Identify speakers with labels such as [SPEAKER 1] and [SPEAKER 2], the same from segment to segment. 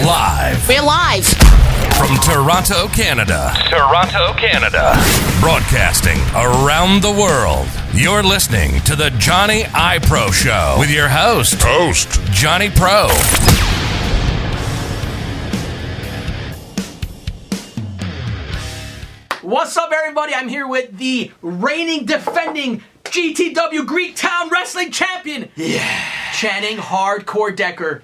[SPEAKER 1] live.
[SPEAKER 2] We're live.
[SPEAKER 1] From Toronto, Canada.
[SPEAKER 3] Toronto, Canada.
[SPEAKER 1] Broadcasting around the world. You're listening to the Johnny iPro Show with your host, host Johnny Pro.
[SPEAKER 4] What's up, everybody? I'm here with the reigning, defending GTW Greek Town Wrestling Champion, Channing Hardcore Decker.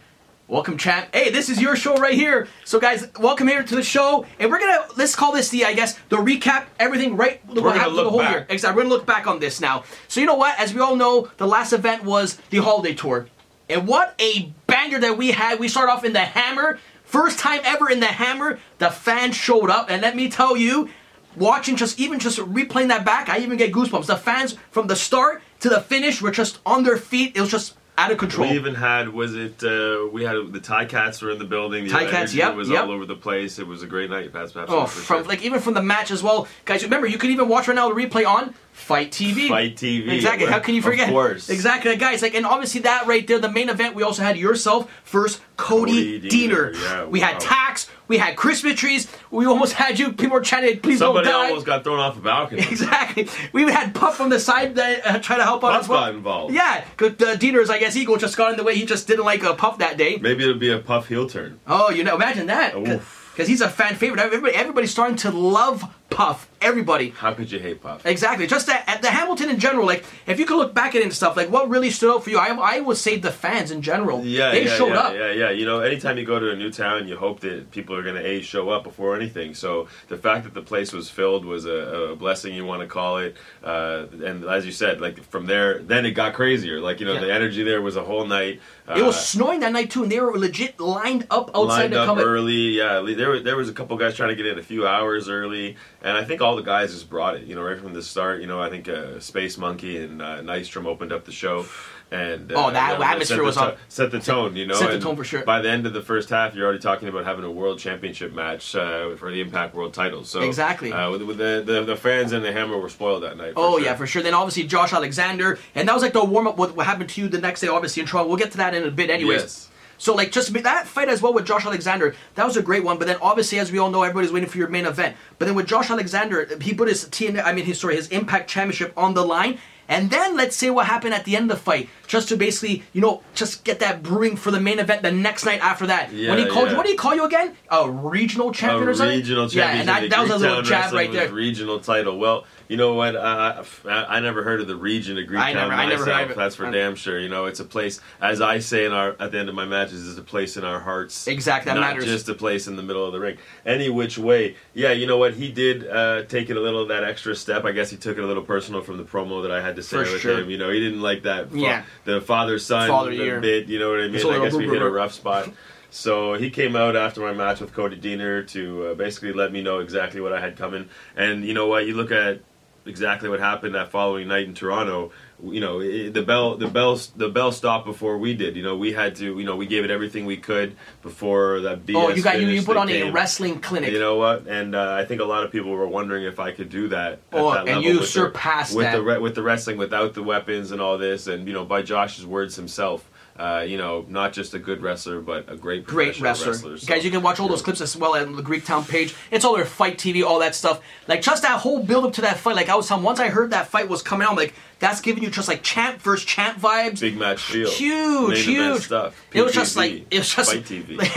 [SPEAKER 4] Welcome, champ. Hey, this is your show right here. So, guys, welcome here to the show, and we're gonna let's call this the I guess the recap everything right. We're
[SPEAKER 5] gonna look back.
[SPEAKER 4] Exactly. We're gonna look back on this now. So you know what? As we all know, the last event was the holiday tour, and what a banger that we had. We start off in the Hammer, first time ever in the Hammer. The fans showed up, and let me tell you, watching just even just replaying that back, I even get goosebumps. The fans from the start to the finish were just on their feet. It was just out of control.
[SPEAKER 5] We even had was it uh, we had the Thai cats were in the building. The
[SPEAKER 4] Thai Cats,
[SPEAKER 5] energy
[SPEAKER 4] yep,
[SPEAKER 5] was
[SPEAKER 4] yep.
[SPEAKER 5] all over the place. It was a great night. That's absolutely
[SPEAKER 4] Oh,
[SPEAKER 5] for
[SPEAKER 4] from
[SPEAKER 5] sure.
[SPEAKER 4] like even from the match as well, guys. Remember, you can even watch right now the replay on Fight TV.
[SPEAKER 5] Fight TV,
[SPEAKER 4] Exactly. How can you
[SPEAKER 5] of
[SPEAKER 4] forget?
[SPEAKER 5] course.
[SPEAKER 4] Exactly, guys. Like, and obviously that right there, the main event. We also had yourself first, Cody,
[SPEAKER 5] Cody
[SPEAKER 4] Diener.
[SPEAKER 5] Deaner, yeah,
[SPEAKER 4] we
[SPEAKER 5] wow.
[SPEAKER 4] had Tax. We had Christmas trees. We almost had you. People were chanting, "Please
[SPEAKER 5] somebody
[SPEAKER 4] don't die."
[SPEAKER 5] almost got thrown off a balcony.
[SPEAKER 4] Exactly. We even had Puff from the side that uh, tried to help out
[SPEAKER 5] Puff
[SPEAKER 4] as well.
[SPEAKER 5] got involved.
[SPEAKER 4] Yeah, because uh, Diener's, I guess, ego just got in the way. He just didn't like uh, Puff that day.
[SPEAKER 5] Maybe it'll be a puff heel turn.
[SPEAKER 4] Oh, you know, imagine that.
[SPEAKER 5] Oof.
[SPEAKER 4] Because he's a fan favorite. Everybody, everybody's starting to love Puff. Everybody.
[SPEAKER 5] How could you hate puff?
[SPEAKER 4] Exactly. Just that at the Hamilton in general. Like, if you could look back at it and stuff, like, what really stood out for you? I, I would say the fans in general.
[SPEAKER 5] Yeah,
[SPEAKER 4] they
[SPEAKER 5] yeah,
[SPEAKER 4] showed
[SPEAKER 5] yeah,
[SPEAKER 4] up.
[SPEAKER 5] Yeah, yeah. You know, anytime you go to a new town, you hope that people are going to a show up before anything. So the fact that the place was filled was a, a blessing, you want to call it. Uh, and as you said, like from there, then it got crazier. Like you know,
[SPEAKER 4] Yeah.
[SPEAKER 5] the energy there was a whole night. Uh,
[SPEAKER 4] It was snowing that night too, and they were legit lined up outside
[SPEAKER 5] lined
[SPEAKER 4] to
[SPEAKER 5] up
[SPEAKER 4] come. in.
[SPEAKER 5] early. Yeah, le- there were- there was a couple guys trying to get in a few hours early, and I think all the guys just brought it. You know, right from the start. You know, I think uh, Space Monkey and uh, Nystrom opened up the show. And uh,
[SPEAKER 4] Oh, that
[SPEAKER 5] you know,
[SPEAKER 4] atmosphere
[SPEAKER 5] set the
[SPEAKER 4] was
[SPEAKER 5] to-
[SPEAKER 4] on-
[SPEAKER 5] set the tone. You know,
[SPEAKER 4] set the
[SPEAKER 5] and
[SPEAKER 4] tone for sure.
[SPEAKER 5] By the end of the first half, you're already talking about having a world championship match uh, for the Impact World Title. So
[SPEAKER 4] Exactly.
[SPEAKER 5] uh, with, with the, the the fans and the Hammer were spoiled that night.
[SPEAKER 4] Oh
[SPEAKER 5] sure.
[SPEAKER 4] yeah, for sure. Then obviously Josh Alexander, and that was like the warm up. What, what happened to you the next day? Obviously in Toronto, we'll get to that in a bit, anyways.
[SPEAKER 5] Yes.
[SPEAKER 4] So like just that fight as well with Josh Alexander, that was a great one. But then obviously, as we all know, everybody's waiting for your main event. But then with Josh Alexander, he put his TN, I mean his sorry, his Impact Championship on the line. And then let's say what happened at the end of the fight, just to basically you know just get that brewing for the main event the next night after that. when he
[SPEAKER 5] Yeah,
[SPEAKER 4] called you,
[SPEAKER 5] yeah.
[SPEAKER 4] what do you call you again? A regional
[SPEAKER 5] a
[SPEAKER 4] champion or something?
[SPEAKER 5] regional
[SPEAKER 4] Yeah,
[SPEAKER 5] championship.
[SPEAKER 4] and that, that was a little jab right there.
[SPEAKER 5] Regional title. Well, you know what? I, I, I never heard of the region of Greektown
[SPEAKER 4] I never- I never
[SPEAKER 5] myself.
[SPEAKER 4] heard of it.
[SPEAKER 5] That's for
[SPEAKER 4] I-
[SPEAKER 5] damn sure. You know, it's a place. As I say in our at the end of my matches, is a place in our hearts.
[SPEAKER 4] Exact, that
[SPEAKER 5] not
[SPEAKER 4] matters.
[SPEAKER 5] Just a place in the middle of the ring. Any which way, yeah. You know what? He did uh, take it a little that extra step. I guess he took it a little personal from the promo that I had to say
[SPEAKER 4] For
[SPEAKER 5] with
[SPEAKER 4] sure.
[SPEAKER 5] him. You know, he didn't like that. fa-
[SPEAKER 4] Yeah.
[SPEAKER 5] The father son
[SPEAKER 4] Father year.
[SPEAKER 5] bit. You know what I mean?
[SPEAKER 4] It's a
[SPEAKER 5] I
[SPEAKER 4] little
[SPEAKER 5] guess we hit a
[SPEAKER 4] boo-boo.
[SPEAKER 5] rough spot. So he came out after my match with Cody Diener to uh, basically let me know exactly what I had coming. And you know what? You look at exactly what happened that following night in Toronto. You know, it, the bell, the bell, the bell stopped before we did. You know, we had to. You know, we gave it everything we could before that BS.
[SPEAKER 4] Oh, you got you,
[SPEAKER 5] finish
[SPEAKER 4] you put
[SPEAKER 5] that
[SPEAKER 4] on a
[SPEAKER 5] came.
[SPEAKER 4] wrestling clinic.
[SPEAKER 5] You know what? And uh, I think a lot of people were wondering if I could do that. at
[SPEAKER 4] Oh,
[SPEAKER 5] that
[SPEAKER 4] and
[SPEAKER 5] level
[SPEAKER 4] you
[SPEAKER 5] with the-
[SPEAKER 4] surpassed
[SPEAKER 5] with
[SPEAKER 4] that.
[SPEAKER 5] the re- with the wrestling without the weapons and all this, and you know, by Josh's words himself. Uh, you know, not just a good wrestler, but a great
[SPEAKER 4] great
[SPEAKER 5] professional
[SPEAKER 4] wrestler.
[SPEAKER 5] so-
[SPEAKER 4] Guys, you can watch all those clips as well on the Greek Town page. It's all their fight TV, all that stuff. Like just that whole build up to that fight. Like I was telling, once I heard that fight was coming out, I'm like that's giving you just like champ versus champ vibes.
[SPEAKER 5] big match feel,
[SPEAKER 4] Huge,
[SPEAKER 5] main event
[SPEAKER 4] huge
[SPEAKER 5] stuff.
[SPEAKER 4] It was just
[SPEAKER 5] PTV,
[SPEAKER 4] like it was just
[SPEAKER 5] Fight TV.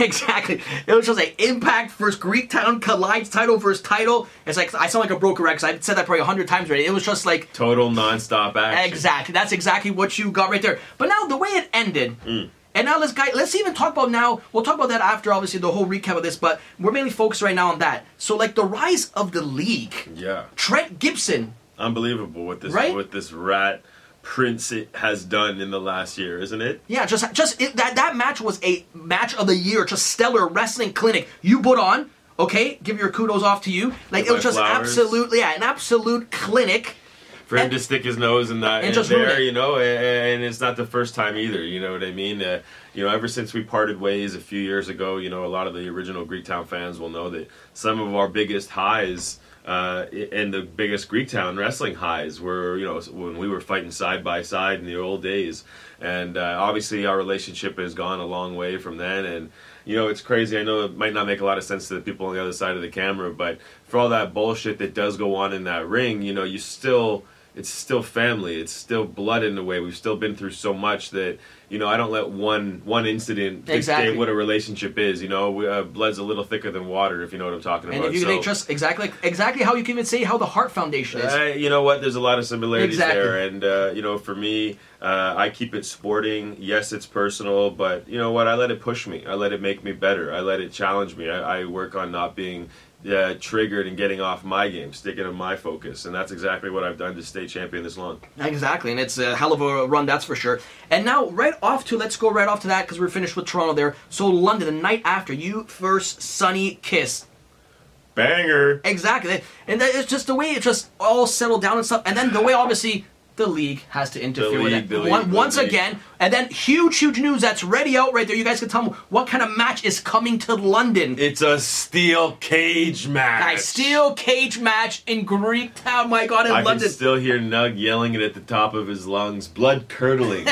[SPEAKER 4] exactly. It was just like Impact versus Greek Town collides title versus title. It's like I sound like a broker because I've said that probably a hundred times already. It was just like
[SPEAKER 5] total nonstop action.
[SPEAKER 4] Exactly. That's exactly what you got right there. But now the way it ended.
[SPEAKER 5] Mm.
[SPEAKER 4] And now let's guy, let's even talk about now. We'll talk about that after obviously the whole recap of this, but we're mainly focused right now on that. So like the rise of the league.
[SPEAKER 5] Yeah.
[SPEAKER 4] Trent Gibson.
[SPEAKER 5] Unbelievable what this
[SPEAKER 4] Right?
[SPEAKER 5] what this rat prince it has done in the last year, isn't it?
[SPEAKER 4] Yeah, just just it, that that match was a match of the year, just stellar wrestling clinic you put on. Okay, give your kudos off to you. Like it
[SPEAKER 5] Give
[SPEAKER 4] was
[SPEAKER 5] my
[SPEAKER 4] just
[SPEAKER 5] flowers.
[SPEAKER 4] absolutely yeah, an absolute clinic.
[SPEAKER 5] for him
[SPEAKER 4] And-
[SPEAKER 5] to stick his nose in that
[SPEAKER 4] And
[SPEAKER 5] in
[SPEAKER 4] just ruin
[SPEAKER 5] there,
[SPEAKER 4] it.
[SPEAKER 5] you know, and, and it's not the first time either. You know what I mean? Uh, you know, ever since we parted ways a few years ago, you know, a lot of the original Greektown fans will know that some of our biggest highs uh, and the biggest Greektown wrestling highs were, you know, when we were fighting side by side in the old days. And uh, obviously, our relationship has gone a long way from then. And, you know, it's crazy. I know it might not make a lot of sense to the people on the other side of the camera, but for all that bullshit that does go on in that ring, you know, you still it's still family. It's still blood in a way. We've still been through so much that you know I don't let one one incident dictate
[SPEAKER 4] Exactly.
[SPEAKER 5] what a relationship is. You know, we, uh, blood's a little thicker than water, if you know what I'm talking
[SPEAKER 4] And
[SPEAKER 5] about.
[SPEAKER 4] if you
[SPEAKER 5] So,
[SPEAKER 4] they trust exactly exactly how you can even say how the Heart Foundation is.
[SPEAKER 5] uh, you know what? There's a lot of similarities
[SPEAKER 4] Exactly.
[SPEAKER 5] there, and uh, you know, for me, uh, I keep it sporting. Yes, it's personal, but you know what? I let it push me. I let it make me better. I let it challenge me. I, I work on not being uh, triggered and getting off my game, sticking to my focus, and that's exactly what I've done to stay champion this long.
[SPEAKER 4] Exactly, and it's a hell of a run, that's for sure. And now, right off to let's go right off to that because we're finished with Toronto there. So London, the night after you first Sunny kiss,
[SPEAKER 5] Banger.
[SPEAKER 4] exactly, and that, it's just the way it just all settled down and stuff, and then the way obviously the league has to interfere with
[SPEAKER 5] league,
[SPEAKER 4] it
[SPEAKER 5] the league,
[SPEAKER 4] One-
[SPEAKER 5] the
[SPEAKER 4] once
[SPEAKER 5] league.
[SPEAKER 4] again, and then huge, huge news that's ready out right there. You guys can tell me what kind of match is coming to London.
[SPEAKER 5] It's a steel cage match.
[SPEAKER 4] a steel cage match in Greek town, my God, in
[SPEAKER 5] I can
[SPEAKER 4] London.
[SPEAKER 5] still hear Nug yelling it at the top of his lungs, blood curdling.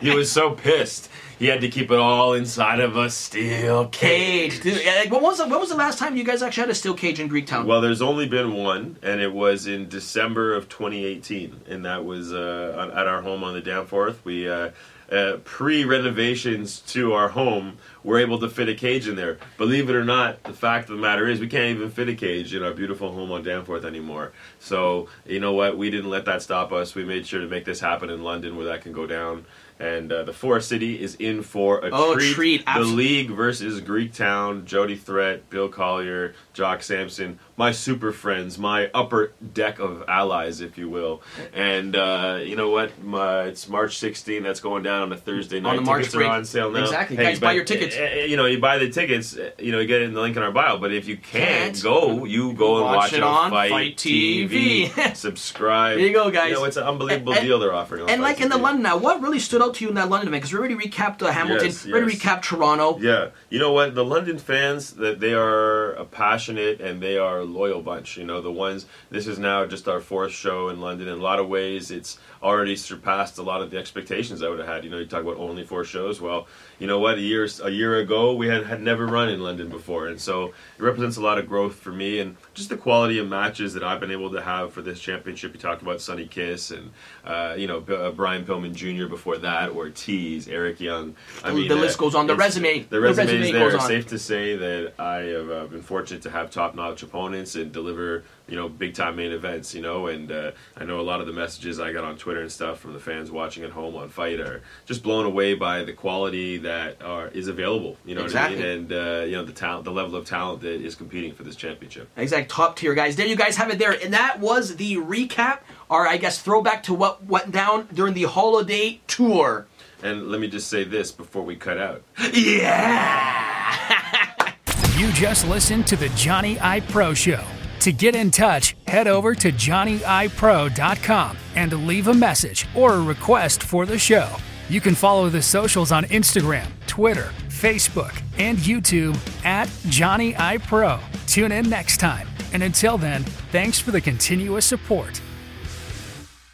[SPEAKER 5] he was so pissed. He had to keep it all inside of a steel
[SPEAKER 4] Cage,
[SPEAKER 5] cage.
[SPEAKER 4] dude. Yeah, Like, when was the, when was the last time you guys actually had a steel cage in Greek town?
[SPEAKER 5] Well, there's only been one, and it was in December of 2018, and that was uh, on, at our home on the Danforth. We uh, uh, pre-renovations to our home were able to fit a cage in there. Believe it or not, the fact of the matter is we can't even fit a cage in our beautiful home on Danforth anymore. So you know what? We didn't let that stop us. We made sure to make this happen in London, where that can go down. And uh, the Forest City is in for a
[SPEAKER 4] Oh,
[SPEAKER 5] treat.
[SPEAKER 4] treat,
[SPEAKER 5] The
[SPEAKER 4] absolutely.
[SPEAKER 5] League versus Greektown, Jody Threat, Bill Collier, Jock Sampson, my super friends, my upper deck of allies, if you will. And uh, you know what? My, it's March 16. That's going down on a Thursday night.
[SPEAKER 4] the March
[SPEAKER 5] tickets
[SPEAKER 4] break.
[SPEAKER 5] are on sale now.
[SPEAKER 4] Exactly. Guys,
[SPEAKER 5] but,
[SPEAKER 4] buy your tickets.
[SPEAKER 5] eh, eh, You know, you buy the tickets. eh, You know, you get it in the link in our bio. But if you can't,
[SPEAKER 4] Can't.
[SPEAKER 5] go, you go and
[SPEAKER 4] Watch
[SPEAKER 5] watch,
[SPEAKER 4] it
[SPEAKER 5] it
[SPEAKER 4] on
[SPEAKER 5] Fight,
[SPEAKER 4] Fight
[SPEAKER 5] TV.
[SPEAKER 4] TV.
[SPEAKER 5] Subscribe.
[SPEAKER 4] There you go, guys.
[SPEAKER 5] You know, it's an unbelievable
[SPEAKER 4] And-
[SPEAKER 5] deal they're offering. on
[SPEAKER 4] And
[SPEAKER 5] Fight
[SPEAKER 4] like in the
[SPEAKER 5] TV.
[SPEAKER 4] London now, what really stood out to you in that London event? Because we already recapped uh, Hamilton,
[SPEAKER 5] Yes,
[SPEAKER 4] we already
[SPEAKER 5] yes.
[SPEAKER 4] recapped Toronto.
[SPEAKER 5] Yeah, you know what? The London fans that they are a passionate and they are a loyal bunch. You know, the ones. This is now just our fourth show in London. In a lot of ways, it's already surpassed a lot of the expectations I would have had. You know, you talk about only four shows. Well, you know what? A year a year ago, we had had never run in London before, and so it represents a lot of growth for me and just the quality of matches that I've been able to have for this championship. You talked about Sonny Kiss and uh, you know B- uh, Brian Pillman Jr. before that, Ortiz, Eric Young. I uh,
[SPEAKER 4] The- the list goes on. The
[SPEAKER 5] it's-
[SPEAKER 4] resume- the
[SPEAKER 5] The resume,
[SPEAKER 4] resume
[SPEAKER 5] is there.
[SPEAKER 4] goes on.
[SPEAKER 5] Safe to say that I have uh, been fortunate to have top-notch opponents and deliver, you know, big-time main events. You know, and uh, I know a lot of the messages I got on Twitter and stuff from the fans watching at home on Fight are just blown away by the quality that are, is available. You know what
[SPEAKER 4] Exactly.
[SPEAKER 5] I mean? And uh, you know the talent, the level of talent that is competing for this championship.
[SPEAKER 4] Exact top tier guys. There you guys have it there. And that was the recap, or I guess throwback to what went down during the holiday tour.
[SPEAKER 5] And let me just say this before we cut out.
[SPEAKER 2] You just listened to the Johnny I Pro Show. To get in touch, head over to johnnyipro.com and leave a message or a request for the show. You can follow the socials on Instagram, Twitter, Facebook, and YouTube at Johnny I Pro. Tune in next time. And until then, thanks for the continuous support